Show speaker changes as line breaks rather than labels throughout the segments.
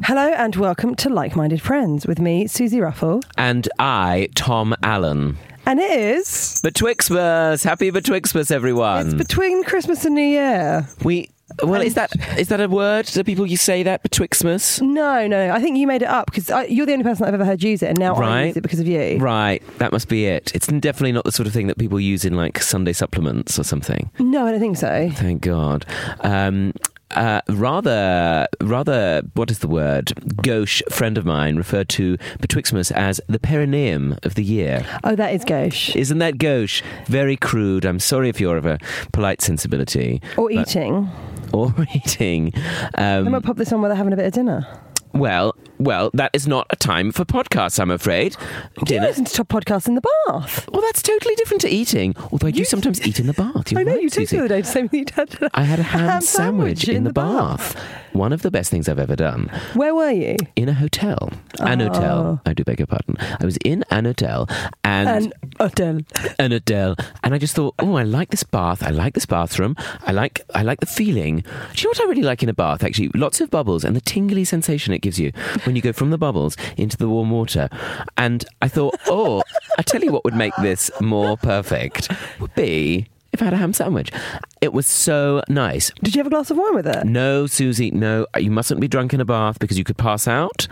Hello and welcome to Like Minded Friends with me, Susie Ruffle.
And I, Tom Allen.
And it is.
Betwixtmas! Happy Betwixtmas, everyone!
It's between Christmas and New Year.
we. Well, is that is that a word? Do people you say that Betwixtmas?
No, no, no. I think you made it up because you're the only person I've ever heard use it, and now I
Right.
use it because of you.
Right, that must be it. It's definitely not the sort of thing that people use in like Sunday supplements or something.
No, I don't think so.
Thank God. Um, uh, rather, rather, what is the word? Gauche friend of mine referred to Betwixtmas as the perineum of the year.
Oh, that is gauche.
Isn't that gauche? Very crude. I'm sorry if you're of a polite sensibility.
Or
But-
eating.
or eating.
I
Um,
might pop this on while they're having a bit of dinner.
well, well, that is not a time for podcasts, I'm afraid.
You
Dinner.
listen to top podcasts in the bath.
Well, that's totally different to eating. Although I do sometimes eat in the bath. You're
I know
right,
you did
Susie.
the other day to say you had.
I had a ham, sandwich, in, the, bath. One of the best things I've ever done.
Where were you?
In a hotel. An hotel. I do beg your pardon. I was in an hotel and
An hotel.
an hotel and I just thought, oh, I like this bath. I like this bathroom. I like I like the feeling. Do you know what I really like in a bath actually? Lots of bubbles and the tingly sensation it gives you when you go from the bubbles into the warm water. And I thought, oh, I tell you what would make this more perfect would be if I had a ham sandwich. It was so nice.
Did you have a glass of wine with it?
No, Susie, no. You mustn't be drunk in a bath because you could pass out,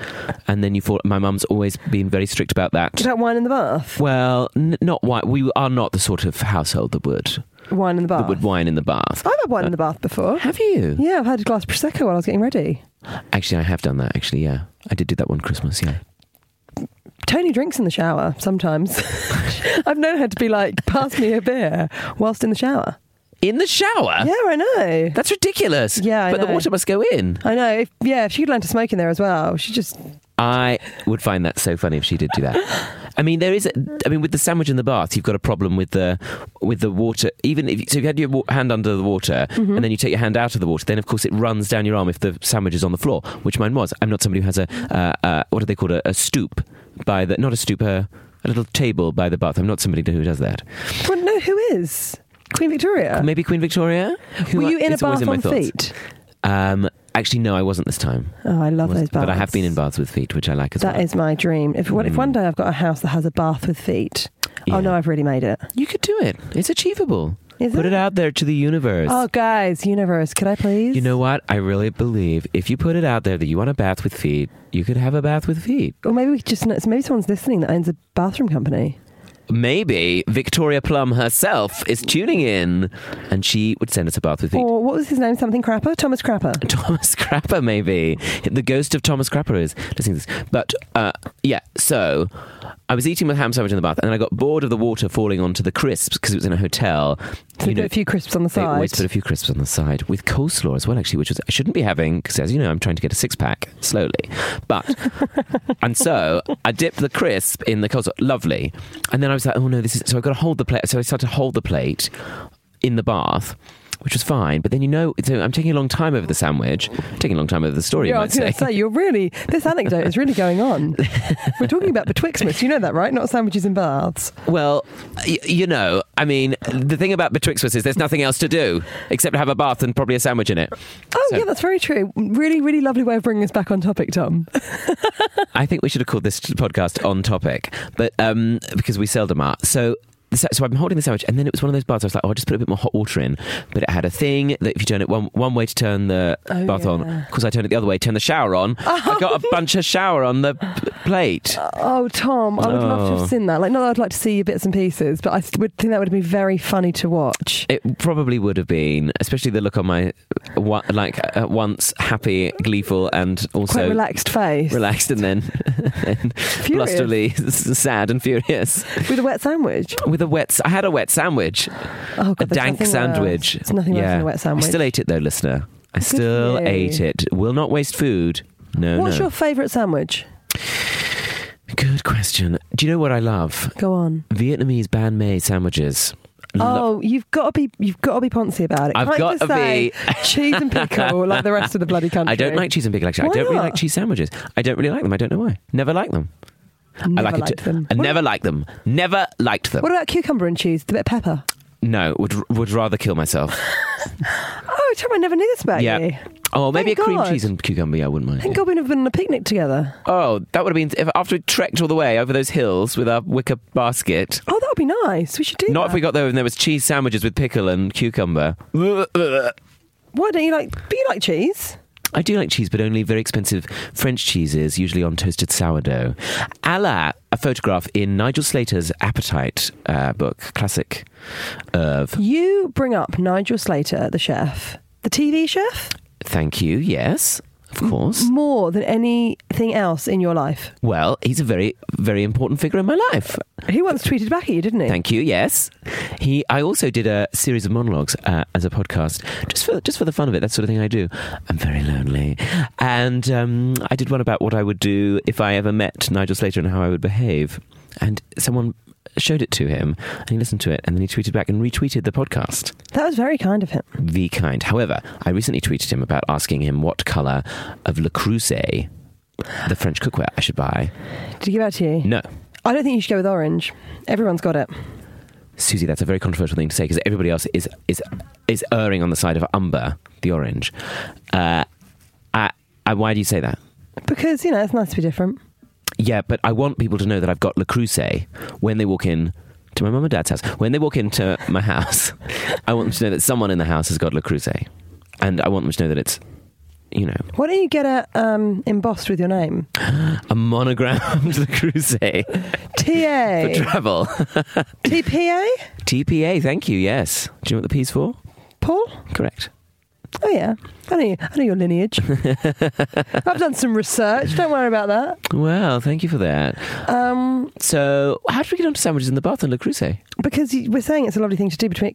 and then you fall. My mum's always been very strict about that.
Did you have wine in the bath?
Well, n- not wine. We are not the sort of household that would
Wine in the bath.
that would wine in the bath.
I've had wine in the bath before.
Have you?
Yeah, I've had a glass of prosecco while I was getting ready.
Actually, I have done that. Actually, yeah, I did do that one Christmas. Yeah,
Tony drinks in the shower sometimes. I've known her to be like, pass me a beer whilst in the shower.
in the shower.
Yeah, I know.
That's ridiculous.
Yeah, I
but the
know.
water must go in.
I know. If, yeah, if she'd learned to smoke in there as well, she just.
I would find that so funny if she did do that. I mean, there is. A, I mean, with the sandwich in the bath, you've got a problem with the with the water. Even if you- so, if you had your wa- hand under the water
Mm-hmm.
and then you take your hand out of the water, then of course it runs down your arm if the sandwich is on the floor, which mine was. I'm not somebody who has a uh, uh, what are they called a, a stoop by the not a stoop a, a little table by the bath. I'm not somebody who does that.
Well, no, who is? Queen Victoria.
Maybe Queen Victoria.
Uh,
Who
Were
I-
you in a
it's always
bath
my
on
thoughts.
feet?
Um, actually, no, I wasn't this time.
Oh, I love
Was-
those baths.
but I have been in baths with feet, which I like as
That
well. Mm.
is my dream. If, one if one day I've got a house that has a bath with feet, oh
Yeah.
no, I've really made it.
You could do it. It's achievable.
Is
put
it?
it? out there to the universe.
Oh, guys, universe, could I please?
you know what? I really believe if you put it out there that you want a bath with feet, you could have a bath with feet.
Or maybe we could just maybe someone's listening that owns a bathroom company.
Maybe Victoria Plum herself is tuning in and she would send us a bath with feet.
Or what was his name? Something Crapper? Thomas Crapper.
Thomas Crapper, maybe. The ghost of Thomas Crapper is listening to this. But uh, yeah, so I was eating my ham sandwich in the bath and then I got bored of the water falling onto the crisps because it was in a hotel.
So we put a few crisps on the
They
side.
always put a few crisps on the side with coleslaw as well, actually, which was, I shouldn't be having because, as you know, I'm trying to get a six pack slowly. But, and so I dipped the crisp in the coleslaw. Lovely. And then I was like, oh no, this is, so I've got to hold the plate. So I started to hold the plate in the bath. Which was fine, but then you know, so I'm taking a long time over the sandwich, taking a long time over the story,
yeah,
you
I
might
was going
say.
to say you're really. This anecdote is really going on. We're talking about betwixtmas. You know that, right? Not sandwiches and baths.
Well, y- you know, I mean, the thing about Betwixtmas is there's nothing else to do except have a bath and probably a sandwich in it.
Oh
So-
yeah, that's very true. Really, really lovely way of bringing us back on topic, Tom.
I think we should have called this podcast on topic, but um, because we seldom are. So. So so I'm holding the sandwich, and then it was one of those bars. I was like, "Oh, I'll just put a bit more hot water in," but it had a thing that if you turn it one one way to turn the
Oh,
bath on,
yeah.
on, because I turned it the other way, turn the shower on. I got a bunch of shower on the p- plate.
Oh, Tom, I would love to
Oh.
have seen that. Like, not that I'd like to see your bits and pieces, but I would think that would be very funny to watch.
It probably would have been, especially the look on my wa- like uh, once happy, gleeful, and
Quite
also
relaxed face
relaxed, and then, and blusterly sad and furious
with a wet sandwich.
with a wet. s- I had a wet sandwich.
Oh,
a
God, there's
dank
nothing worse.
sandwich.
There's nothing worse than a wet sandwich.
I still ate it though, listener. I still
you.
ate it. Will not waste food. No,
What's
no.
your favourite sandwich?
Good question. Do you know what I love?
Go on.
Vietnamese banh mi sandwiches. Lo-
Oh, you've got to be you've got to be poncy about it.
I've
Can't
got
you just
to
say cheese and pickle like the rest of the bloody country.
I don't like cheese and pickle. Actually,
Why
I don't
not?
really like cheese sandwiches. I don't really like them. I don't know why. Never like them.
Never
I like
liked
it.
them.
I
What-
never liked them. Never liked them.
What about cucumber and cheese? The bit of pepper.
No, would would rather kill myself.
Oh, Oh, Tom, I never knew this about you.
Oh, maybe
Thank
a cream
God.
cheese and cucumber. Yeah, I wouldn't mind.
Thank
yeah.
God we'd have been on a picnic together.
Oh, that would have been if after we trekked all the way over those hills with our wicker basket.
Oh, that would be nice. We should do
Not
that.
if we got there and there was cheese sandwiches with pickle and cucumber.
Why don't you like? But you like cheese.
I do like cheese, but only very expensive French cheeses, usually on toasted sourdough. A la a photograph in Nigel Slater's Appetite uh, book, classic of.
You bring up Nigel Slater, the chef, the TV chef,
Thank you, yes, of course.
more than anything else in your life.
Well, he's a very, very important figure in my life.
He once tweeted back at you, didn't he?
Thank you. Yes, he. I also did a series of monologues uh, as a podcast, just for just for the fun of it. That sort of thing I do. I'm very lonely, and um, I did one about what I would do if I ever met Nigel Slater and how I would behave. And someone showed it to him, and he listened to it, and then he tweeted back and retweeted the podcast.
that was very kind of him.
The kind. However, I recently tweeted him about asking him what color of Le Creuset, the French cookware, I should buy.
Did he give out to you?
No.
I don't think you should go with orange. Everyone's got it.
Susie, that's a very controversial thing to say because everybody else is is is erring on the side of umber, the orange. Uh, I, I, why do you say that?
Because, you know, it's nice to be different.
Yeah, but I want people to know that I've got Le Creuset when they walk in to my mum and dad's house. When they walk into my house, I want them to know that someone in the house has got Le Creuset, and I want them to know that it's, you know,
Why don't you get it um, embossed with your name?
a monogrammed Le Creuset for
TA.
travel.
TPA?
TPA, thank you. Yes. Do you know what the P's for?
Paul?
Correct.
Oh, yeah. I know, you- I know your lineage. I've done some research. Don't worry about that.
Well, thank you for that.
Um,
So, how did we get onto sandwiches in the bath and Le Creuset?
because you, we're saying it's a lovely thing to do between,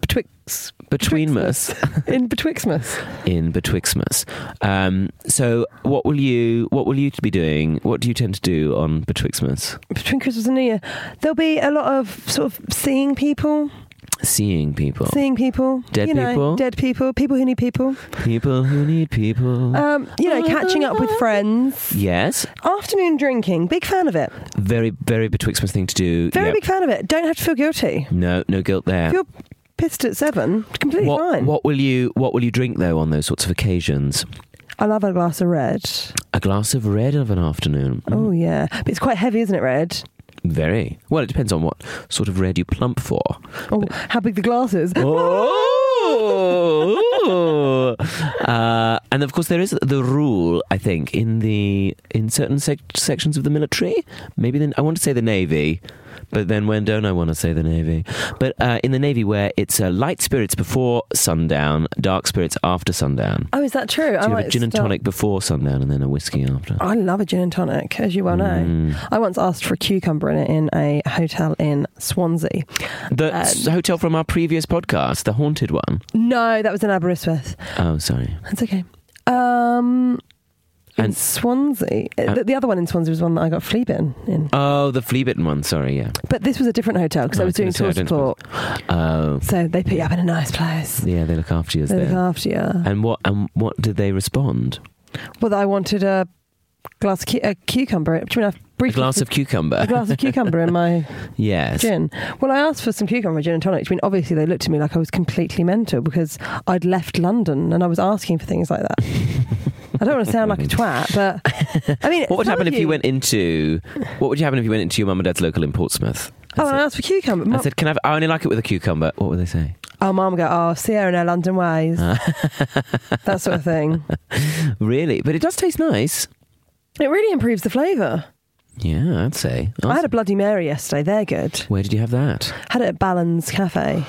betwixt,
Betweenmas.
in betwixtmas.
In Betwixtmas. Um, so, what will you what will you be doing? What do you tend to do on Betwixtmas?
Between Christmas and New Year. There'll be a lot of sort of seeing people,
Seeing people,
seeing people.
Dead
you know,
people?
Dead people, people who need people.
people who need people.
Um, you know, catching up with friends.
yes,
Afternoon drinking. Big fan of it.
very very Betwixtmas thing to do.
Very
Yep.
big fan of it. Don't have to feel guilty.
No, no guilt there.
If you're pissed at seven, completely
What,
fine.
what will you what will you drink though on those sorts of occasions?
I'll have a glass of red.
A glass of red of an afternoon.
Oh, yeah. But it's quite heavy, isn't it, red?
Very well. It depends on what sort of red you plump for.
Oh, how big the glass is.
Oh. uh, and of course, there is the rule. I think in the in certain sec- sections of the military, maybe then I want to say the navy, but then when don't I want to say the navy? But uh, in the navy, where it's uh, light spirits before sundown, dark spirits after sundown.
Oh, is that true? I
So you have
might
a gin and
start-
tonic before sundown, and then a whiskey after. Hmm.
I love a gin and tonic, as you well know.
Mm.
I once asked for a cucumber in it in a hotel in Swansea.
The
Um,
s- hotel from our previous podcast, the haunted one.
No, that was in Aberystwyth.
Oh, sorry.
That's okay. Um, in
And-
Swansea, uh,
Uh,
the, the other one in Swansea was one that I got flea bitten in.
Oh, the Fleabitten one. Sorry, yeah.
But this was a different hotel because
Oh,
I was
I
doing
was gonna
tour
say, I
support.
don't Oh,
So they put you up in a nice place.
yeah. They look after you as
They look
there.
after you.
And what and what did they respond?
Well, I wanted a glass of cu- a cucumber. Do you mean I've
A
briefly
glass of
a
cucumber.
glass of cucumber in my
Yes.
gin? Well, I asked for some cucumber gin and tonic. I mean, obviously they looked at me like I was completely mental because I'd left London and I was asking for things like that. I don't want to sound like a twat, but I mean,
What would
some
happen
of
if you went into what would you happen if you went into your mum and dad's local in Portsmouth? I
Oh, and I
said,
asked for cucumber. Mum-
I said, "Can I? Have, I only like it with a cucumber." What would they say?
Oh, mum would go, oh, Sierra and her London ways. that sort of thing.
Really? But it does taste nice.
It really improves the flavour.
Yeah, I'd say.
I had a Bloody Mary yesterday. They're good.
Where did you have that?
Had it at Balance Cafe.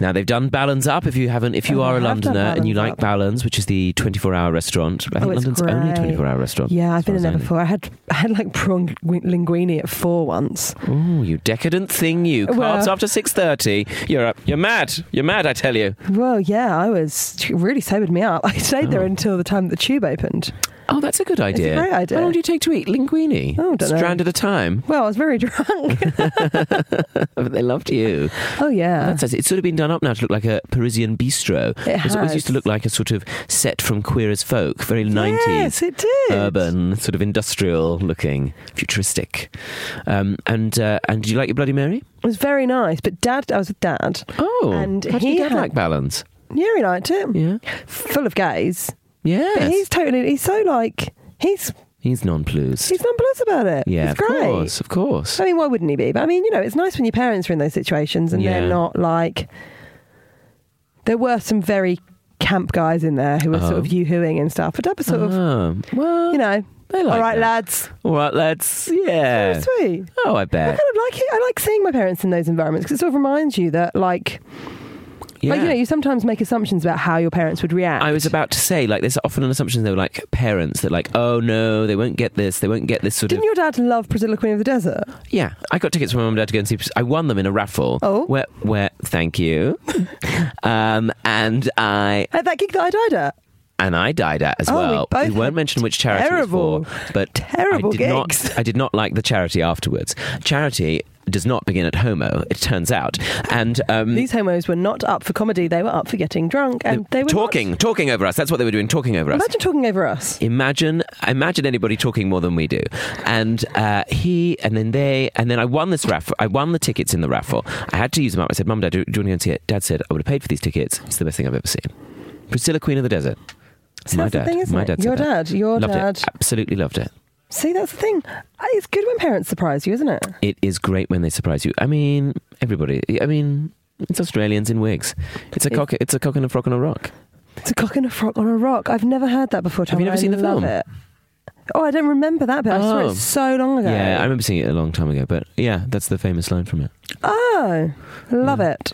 Now they've done Balance Up. If you haven't, if you
Oh,
are
I
a
have done
Londoner and you
Balance
like
Up. Oh,
Balance, which is the twenty-four hour restaurant, I think
it's
London's only
great.
twenty-four hour restaurant.
Yeah, I've been in
as far
there
as I know.
before. I had I had like prawn lingu- linguine at four once.
Oh, you decadent thing, you! Carbs
Well-
after six thirty. You're up. You're mad. You're mad. I tell you.
Well, yeah, I was it really sobered me up. I stayed there until the time that the tube opened.
Oh, that's a good idea.
great idea.
How long do you take to eat linguine?
Oh, dunno.
Strand at a time.
Well, I was very drunk.
But they loved you.
oh yeah,
That's it's sort of been done up now to look like a Parisian bistro.
It
It always
has.
used to look like a sort of set from Queer as Folk, very
Yes,
90s.
it did.
Urban, sort of industrial looking, futuristic. Um, and uh, and do you like your Bloody Mary?
It was very nice. But Dad, I was with Dad.
Oh,
And
how did
he
your dad
had-
like balance?
Yeah, he liked it.
Yeah.
Full of gays. But
Yes.
he's totally, he's so like, he's
He's nonplussed.
he's nonplussed about it.
Yeah,
it's
of
great.
course, of course.
I mean, why wouldn't he be? But I mean, you know, it's nice when your parents are in those situations and
Yeah.
they're not like. There were some very camp guys in there who were sort
Oh.
of yoo-hooing and stuff. But Dad was sort of,
Ah, well,
you know,
they like
all right,
that.
lads,
All right, lads. Yeah.
that's sweet.
Oh, I
I
bet.
kind of like it. I like seeing my parents in those environments because it sort of reminds you that, like,
Yeah.
like, you know, you sometimes make assumptions about how your parents would react.
I was about to say, like, there's often an assumption though, like parents that, like, oh no, they won't get this, they won't get this sort
Didn't
of.
your dad love Priscilla Queen of the Desert?
Yeah, I got tickets for my mum and dad to go and see. I won them in a raffle.
Oh.
where, where? Thank you. um, and I
At that gig that I died at?
Mm. and I died at as
Oh, we
well.
both
won't
had
mention which charity
terrible-
it was for, but
terrible
I did
gigs.
not. I did not like the charity afterwards. Charity does not begin at homo. It turns out, and um,
These homos were not up for comedy. They were up for getting drunk and they were not-
talking, talking over us. That's what they were doing, talking over us.
Imagine talking over us.
Imagine, imagine anybody talking more than we do, and uh, he, and then they, and then I won this raffle. I won the tickets in the raffle. I had to use them up. I said, "Mum, Dad, do, do you want to go and see it?" Dad said, "I would have paid for these tickets. It's the best thing I've ever seen." Priscilla, Queen of the Desert.
See,
my
that's the
dad,
thing, isn't
my
it?
dad, said
Your
that.
dad, your
loved
dad.
it. Absolutely loved it.
See, that's the thing. It's good when parents surprise you, isn't it?
It is great when they surprise you. I mean, everybody. I mean, it's Australians in wigs. It's a
It-
cock. It's a cock and a frog on a rock.
It's a cock and a frog on a rock. I've never heard that before.
Have you
Tom.
never
I
seen the
love
film?
It. Oh, I don't remember that bit. I saw
Oh.
it so long ago.
Yeah, I remember seeing it a long time ago, but yeah, that's the famous line from it.
oh, love
Hmm.
it.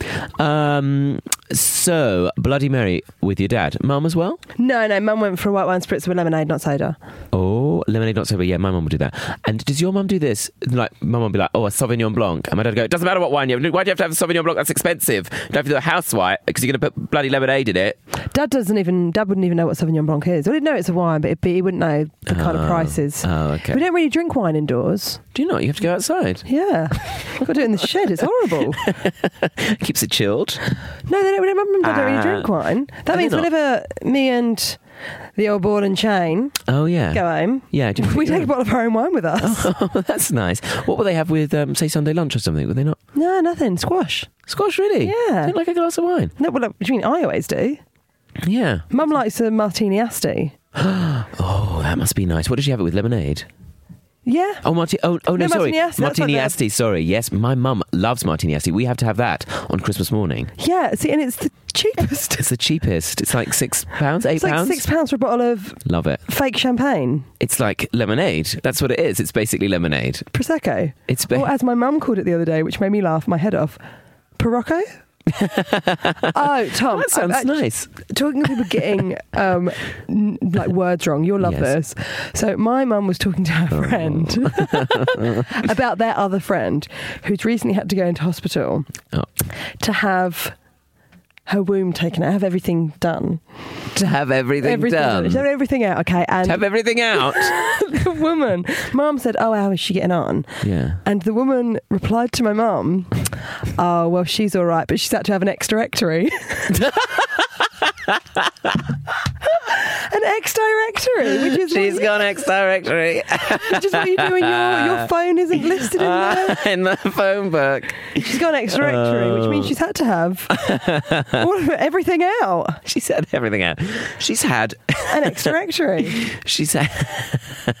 Mm. Um, so, Bloody Mary with your dad. Mum as well?
No, no, Mum went for a white wine spritz with lemonade, not soda.
Oh, lemonade, not sober. Yeah, my mum would do that. And does your mum do this? Like, my mum would be like, oh, a Sauvignon Blanc. And my dad would go, it doesn't matter what wine you have. Why do you have to have a Sauvignon Blanc? That's expensive. You don't have to do a house white because you're going to put bloody lemonade in it.
Dad doesn't even. Dad wouldn't even know what Sauvignon Blanc is. Well, he'd know it's a wine, but it'd be, he wouldn't know the kind of
Oh.
prices.
Oh, okay.
We don't really drink wine indoors.
Do you not? You have to go outside.
Yeah, got to do it in the shed. It's horrible.
Keeps it chilled.
No, they don't. My mum and dad don't
Ah.
really drink wine.
Do they
That means
not?
whenever me and the old ball and chain
Oh, yeah.
go home,
Yeah. do you-
we take a bottle of our own wine with us.
Oh, that's nice. What will they have with, um, say, Sunday lunch or something? Would they not?
No, nothing. Squash.
Squash, really?
Yeah.
Don't like a glass of wine.
No, well, I mean, I always do.
Yeah.
Mum likes a martini asti.
Oh, that must be nice. What did she have it with? Lemonade?
Yeah.
Oh, Marti- oh, oh
No,
no, sorry.
Martini Asti, that's what
Martini
they-
Asti, sorry. Yes, my mum loves Martini Asti. We have to have that on Christmas morning.
Yeah. See, and it's the cheapest.
It's the cheapest. It's like six pounds, eight
It's like
pounds.
six pounds for a bottle of
Love it.
fake champagne,
It's like lemonade. That's what it is. It's basically lemonade.
prosecco,
It's ba-
or as my mum called it the other day, which made me laugh my head off, Pirocco. oh, Tom,
that sounds
I'm act-
nice.
talking of people getting um, n- like words wrong, you'll love
Yes. Oh.
this. So my mum was talking to her friend about their other friend who's recently had to go into hospital
Oh.
to have her womb taken out, have everything done,
To have everything,
everything,
done.
to have everything out. Okay, and
To have everything out.
the woman, mum said, "Oh, how is she getting on?"
yeah.
And the woman replied to my mum, "Oh, well, she's all right, but she's had to have an ex directory." an ex directory, which is
She's
what,
gone ex directory
which is what you do when your your phone isn't listed in there.
in the phone book.
She's gone ex directory, which means she's had to have all of it, everything out.
She's had everything out. She's had
An ex directory.
She's had,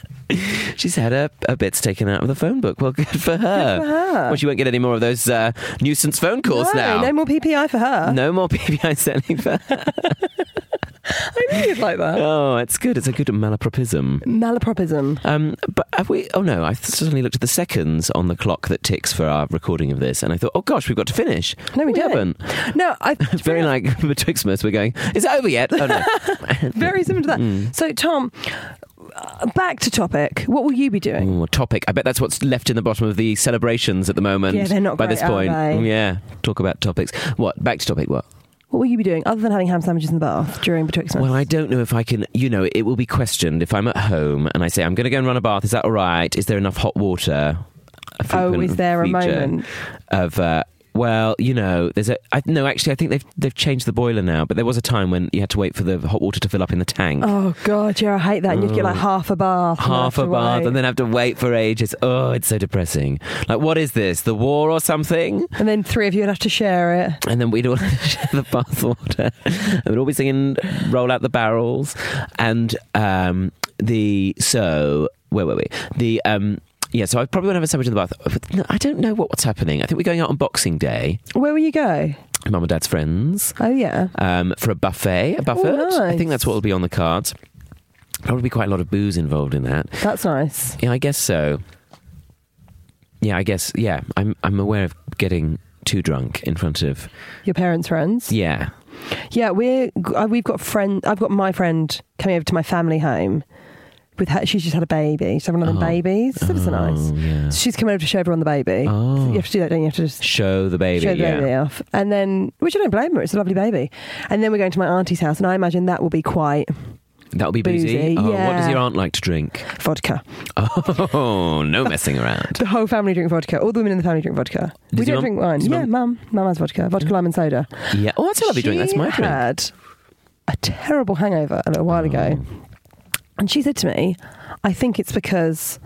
she's had her, her bits taken out of the phone book. Well, good for her.
for her.
Well, she won't get any more of those uh, nuisance phone calls now.
no more PPI for her.
No more PPI selling for her.
I knew you'd like that.
Oh, it's good. It's a good malapropism.
Malapropism.
Um, but have we? Oh no! I suddenly looked at the seconds on the clock that ticks for our recording of this, and I thought, oh gosh, we've got to finish.
No, we, don't.
haven't.
No, I.
It's very like betwixt we're going. Is it over yet? Oh no! Hmm.
Very similar to that.
Mm.
So, Tom, uh, back to topic. What will you be doing?
Ooh, topic. I bet that's what's left in the bottom of the celebrations at the moment.
Yeah, they're not
by
great,
this
are
point.
they?
Yeah, talk about topics. What? Back to topic. What?
What will you be doing other than having ham sandwiches in the bath during Betwixtmas?
Well, I don't know if I can. You know, it will be questioned if I'm at home and I say I'm going to go and run a bath. Is that all right? Is there enough hot water? A
oh,
frequent
is there a
feature
moment?
of? Uh, well, you know, there's a I, no. Actually, I think they've they've changed the boiler now, but there was a time when you had to wait for the hot water to fill up in the tank.
Oh god, yeah, I hate that. And you'd get like half a bath, and
Half
have
a
to
bath
wait.
and then have to wait for ages. Oh, it's so depressing. Like, what is this? The war or something?
and then three of you would have to share it.
And then we'd all share the bath water. And we'd all be singing Roll Out the Barrels. And um, the, so, where were we? The, um, yeah, so I probably won't have a sandwich in the bath. No, I don't know what, what's happening. I think we're going out on Boxing Day,
Where will you go?
mum and dad's friends,
Oh yeah,
um, for a buffet, a buffet. I think
nice.
that's what will be on the cards. Probably be quite a lot of booze involved in that.
that's nice.
Yeah, I guess so. Yeah, I guess. Yeah, I'm. I'm aware of getting too drunk in front of.
Your parents' friends.
Yeah.
Yeah, we're uh, we've got friend. I've got my friend coming over to my family home. With her, she's just had a baby. She's having one of them
Oh.
babies. It's so nice.
Oh, yeah.
So she's coming over to show everyone the baby.
Oh.
You have to do that, don't you? You have to just
Show the baby.
show the
yeah.
baby off, and then which I don't blame her. It's a lovely baby. And then we're going to my auntie's house, and I imagine that will be quite
That'll be boozy.
Boozy,
Oh, What does
yeah.
your aunt like to drink?
vodka.
Oh, no messing around.
The whole family drink vodka. All the women in the family drink vodka.
Does
we
your
don't
mum-
drink wine.
does your
Yeah, mum. Mum has vodka. Vodka, lime, and soda.
Yeah. Oh, that's a lovely drink. That's
She
my drink. Oh.
had a terrible hangover a little while ago. And she said to me, I think it's because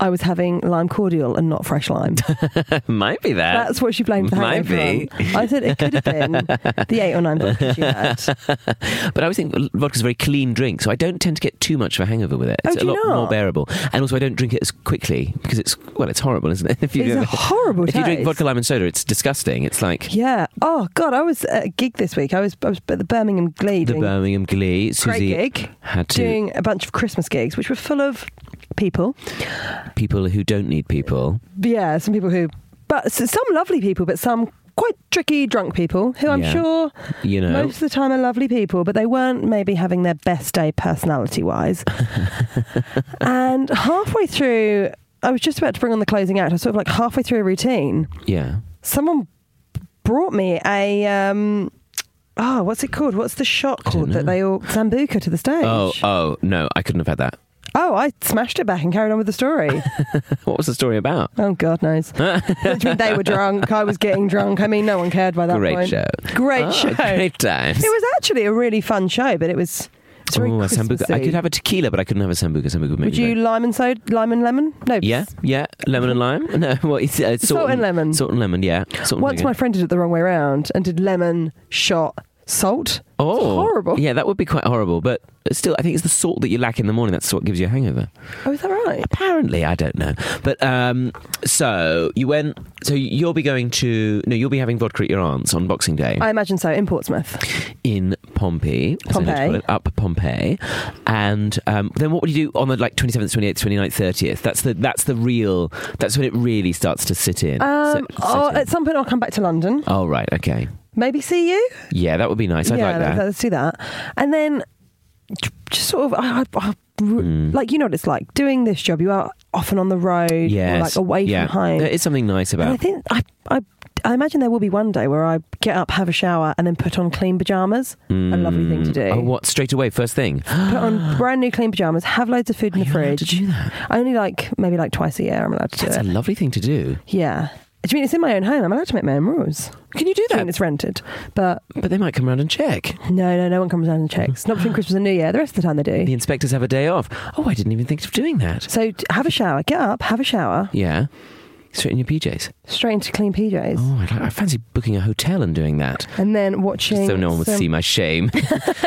I was having lime cordial and not fresh lime.
Uh, Oh. Might be that.
That's what she blamed the
Might
hangover
be.
on. I said it could have been the eight or nine vodka she had.
But I always think vodka's a very clean drink, so I don't tend to get too much of a hangover with it.
Oh,
It's a
do you
lot more
not?
bearable. And also, I don't drink it as quickly because it's, well, it's horrible, isn't it? If
It's a
ever-
horrible
If you drink
taste.
vodka, lime, and soda, it's disgusting. It's like
Yeah. Oh, God, I was at a gig this week. I was, I was at the Birmingham Glee
the
doing,
Birmingham Glee.
great
Susie
gig,
had to
doing a bunch of Christmas gigs, which were full of people.
people who don't need people.
yeah, some people who, but s- some lovely people, but some quite tricky drunk people who I'm
Yeah.
sure
You know,
most of the time are lovely people, but they weren't maybe having their best day personality wise. and halfway through, I was just about to bring on the closing act. I was sort of like halfway through a routine.
yeah.
Someone brought me a. Um, Oh, what's it called? What's the shot called that
know.
they all sambuca to the stage?
Oh, oh no, I couldn't have had that.
Oh, I smashed it back and carried on with the story.
What was the story about?
Oh God knows. Which means they were drunk. I was getting drunk. I mean, no one cared by that
great
point.
show.
Great
Oh,
show.
Great times.
It was actually a really fun show, but it was. It's very
Ooh, a sambuca.
Christmassy.
I could have a tequila, but I couldn't have a sambuca. Sambuca would make
Would
me
you
very-
lime and soda, lime and lemon? No.
Yeah, yeah. Lemon and lime. No, well, it's, uh,
Salt and lemon.
Salt and lemon. Yeah. Salt and
Once
vinegar.
my friend did it the wrong way around and did lemon shot salt.
Oh,
horrible.
Yeah, that would be quite horrible. But still, I think it's the salt that you lack in the morning. That's what gives you a hangover.
Oh, is that right?
Apparently, I don't know. But um, so you went. So you'll be going to no, you'll be having vodka at your aunt's on Boxing Day
I imagine so. In Portsmouth,
in Pompeii, as I like to
Pompeii.
call it, up Pompeii. And um, then what would you do on the like twenty seventh, 28th, 29th, thirtieth? That's the that's the real. That's when it really starts to sit in.
um,
Sit- sit
oh,
in.
at some point I'll come back to London.
oh right, okay.
Maybe see you.
Yeah, that would be nice. I'd
yeah,
like that.
Let's, let's do that. And then j- just sort of, I, I, I-
Mm.
like, you know what it's like doing this job. You are often on the road, or,
Yes.
like away
yeah.
from home.
There is something nice
and
about
I think I, I, I imagine there will be one day where I get up, have a shower, and then put on clean pajamas. A lovely thing to do.
Oh, what? Straight away, first thing.
Put on brand new clean pajamas, have loads of food in the
You're allowed
fridge.
to do that.
I only like maybe like twice a year. I'm allowed to
That's
do
a
it.
lovely thing to do.
yeah. Do you mean it's in my own home? I'm allowed to make my own rules.
Can you do
I mean,
that?
it's rented, but
But they might come round and check.
no, no, no one comes down and checks. Not between Christmas and New Year. The rest of the time they do.
The inspectors have a day off. Oh, I didn't even think of doing that.
So t- have a shower, get up, have a shower,
Yeah. Straight in your PJs.
straight into clean PJs,
Oh, I, like, I fancy booking a hotel and doing that.
and then watching.
So no one would
some-
see my shame.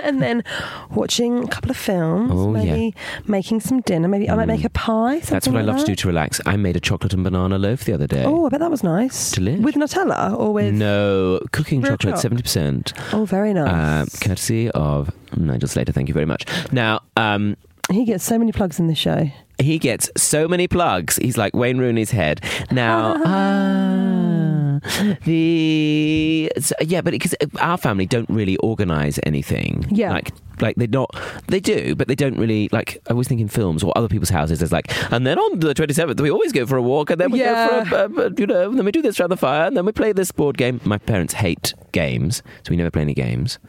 And then watching a couple of films.
Oh, yeah. Mm.
maybe making some dinner. Maybe I might make a pie.
That's what I love to do to relax. I made a chocolate and banana loaf the other day.
Oh, I bet that was nice.
Delish.
With Nutella or with.
no, cooking
Real
chocolate,
choc.
seventy percent,
Oh, very
uh,
nice.
courtesy of Nigel Slater. Thank you very much. Now, um,
he gets so many plugs in this show.
he gets so many plugs. He's like Wayne Rooney's head. Now, ah, the so, yeah, but because our family don't really organise anything.
Yeah.
like like they're not. They do, but they don't really like. I always think in films or other people's houses. There's like, and then on the twenty seventh, we always go for a walk, and then we
Yeah.
go for a, uh, uh, you know, and then we do this around the fire, and then we play this board game. My parents hate games, so we never play any games.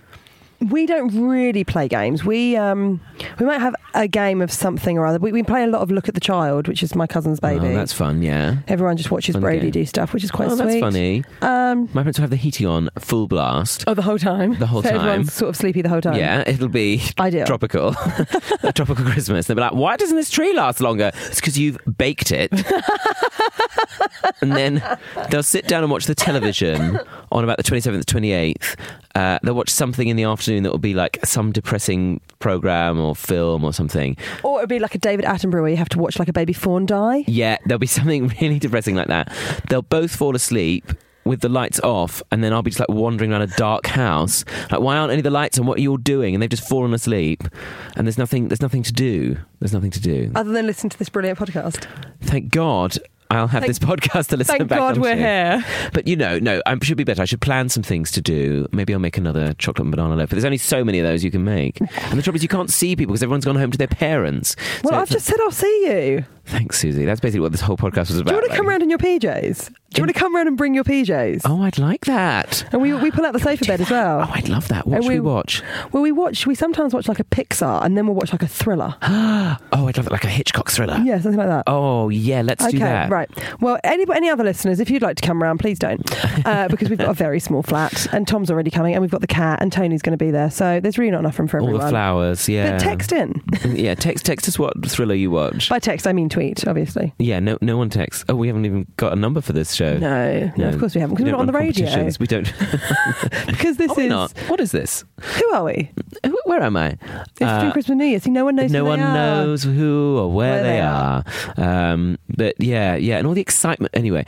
we don't really play games. We um, we might have a game of something or other. We, we play a lot of Look at the Child, which is my cousin's baby.
Oh, that's fun. Yeah.
Everyone just watches
fun
Brady
game.
do stuff, which is quite
oh,
sweet.
that's funny.
Um,
My parents will have the heating on full blast.
oh, the whole time.
The whole
so
time.
Everyone's sort of sleepy the whole time.
Yeah, it'll be
Ideal.
tropical, a tropical Christmas. They'll be like, "Why doesn't this tree last longer?" It's because you've baked it. and then they'll sit down and watch the television on about the twenty seventh, twenty eighth. Uh, they'll watch something in the afternoon that will be like some depressing program or film or something.
Or it'd be like a David Attenborough where you have to watch like a baby fawn die.
Yeah, there'll be something really depressing like that. They'll both fall asleep with the lights off, and then I'll be just like wandering around a dark house. Like, why aren't any of the lights on? What are you all doing? And they've just fallen asleep, and there's nothing. There's nothing to do. There's nothing to do.
Other than listen to this brilliant podcast.
Thank God. I'll have
Thank-
this podcast to listen
Thank
back
God
onto.
we're here.
But you know, no, I should be better. I should plan some things to do. Maybe I'll make another chocolate and banana loaf. But there's only so many of those you can make. And the trouble is, you can't see people because everyone's gone home to their parents.
Well,
So
I've
it's
just said I'll see you.
like- thanks, Susie. That's basically what this whole podcast was
Do
about.
you want to
like-
come round in your PJs? Do you want to come round and bring your PJs?
Oh, I'd like that.
And we, we pull out the sofa bed as
Oh,
well.
I'd love that. What
And
should we
we-
watch?
Well, we watch, we sometimes watch like a Pixar and then we'll watch like a thriller.
Oh, I'd love it like a Hitchcock thriller.
Yeah, something like that.
Oh, yeah, let's
okay,
do that.
right. Well, any, any other listeners, if you'd like to come round, please don't. Uh, because we've got a very small flat and Tom's already coming and we've got the cat and Tony's going to be there. So there's really not enough room for
All
everyone.
the flowers, yeah.
But text in.
yeah, text text us what thriller you watch.
By text, I mean tweet, obviously.
yeah, no no one texts. Oh, we haven't even got a number for this show.
No, no,
No.
of course we haven't because
We
we're not on
don't
the
run
radio.
competitions. We don't.
Because this
Are we
is
not? What is this?
who are we?
Who- Where am I?
It's
Uh,
between Christmas and New Year. See, no one knows.
no
who
one
they are.
knows who or where, they, are. Um, but yeah, yeah, and all the excitement. Anyway,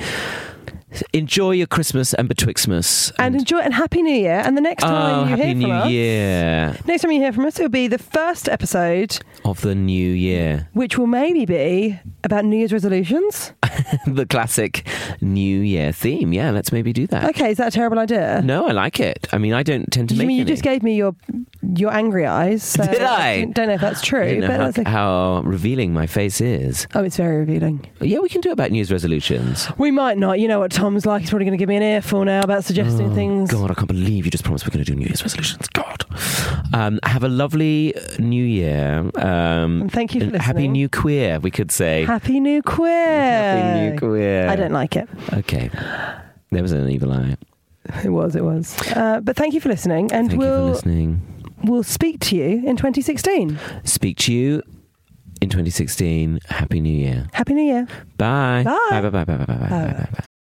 enjoy your Christmas and betwixtmas.
And enjoy it and happy New Year. And the next
oh,
time you
happy
hear
New
from us,
Year
next time you hear from us, it'll be the first episode,
of the New Year.
which will maybe be about New Year's resolutions.
the classic New Year theme. Yeah, let's maybe do that.
Okay, is that a terrible idea?
No, I like it. I mean, I don't tend to
You
make
mean you
any.
just gave me your your angry eyes? So
Did I?
Don't know if that's true,
I don't know
but
how,
that's a,
how revealing my face is.
oh, it's very revealing.
Yeah, we can do about New Year's resolutions.
We might not. You know what Tom's like. He's probably going to give me an earful now about suggesting
Oh,
things.
God, I can't believe you just promised we're going to do New Year's resolutions. God. Um, have a lovely New Year. Um,
And thank you for
and
listening.
happy New Queer, we could say.
Happy New Queer.
Happy New Queer.
I don't like it.
Okay. There was an evil eye.
It was. It was. Uh, but thank you for listening, and
Thank you for
we'll
listening.
we'll speak to you in 2016.
Speak to you in 2016. Happy New Year.
Happy New Year.
Bye.
Bye.
Bye. Bye. Bye. Bye. Bye. Bye. Bye.
Bye.
Bye. Bye.